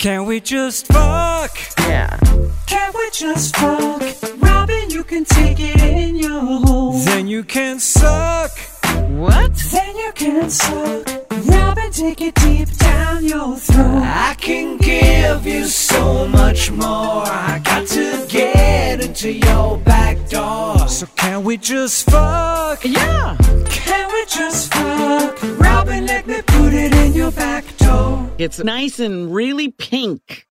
Can we just fuck? Yeah. Can we just fuck? Robin, you can take it in your hole. Then you can suck. What? Then you can suck. Robin, take it deep down your throat. I can give you so much more. I got to get into your back door. So can we just fuck? Yeah. Can we just fuck? Robin, let me put it in your back door. It's nice and really pink.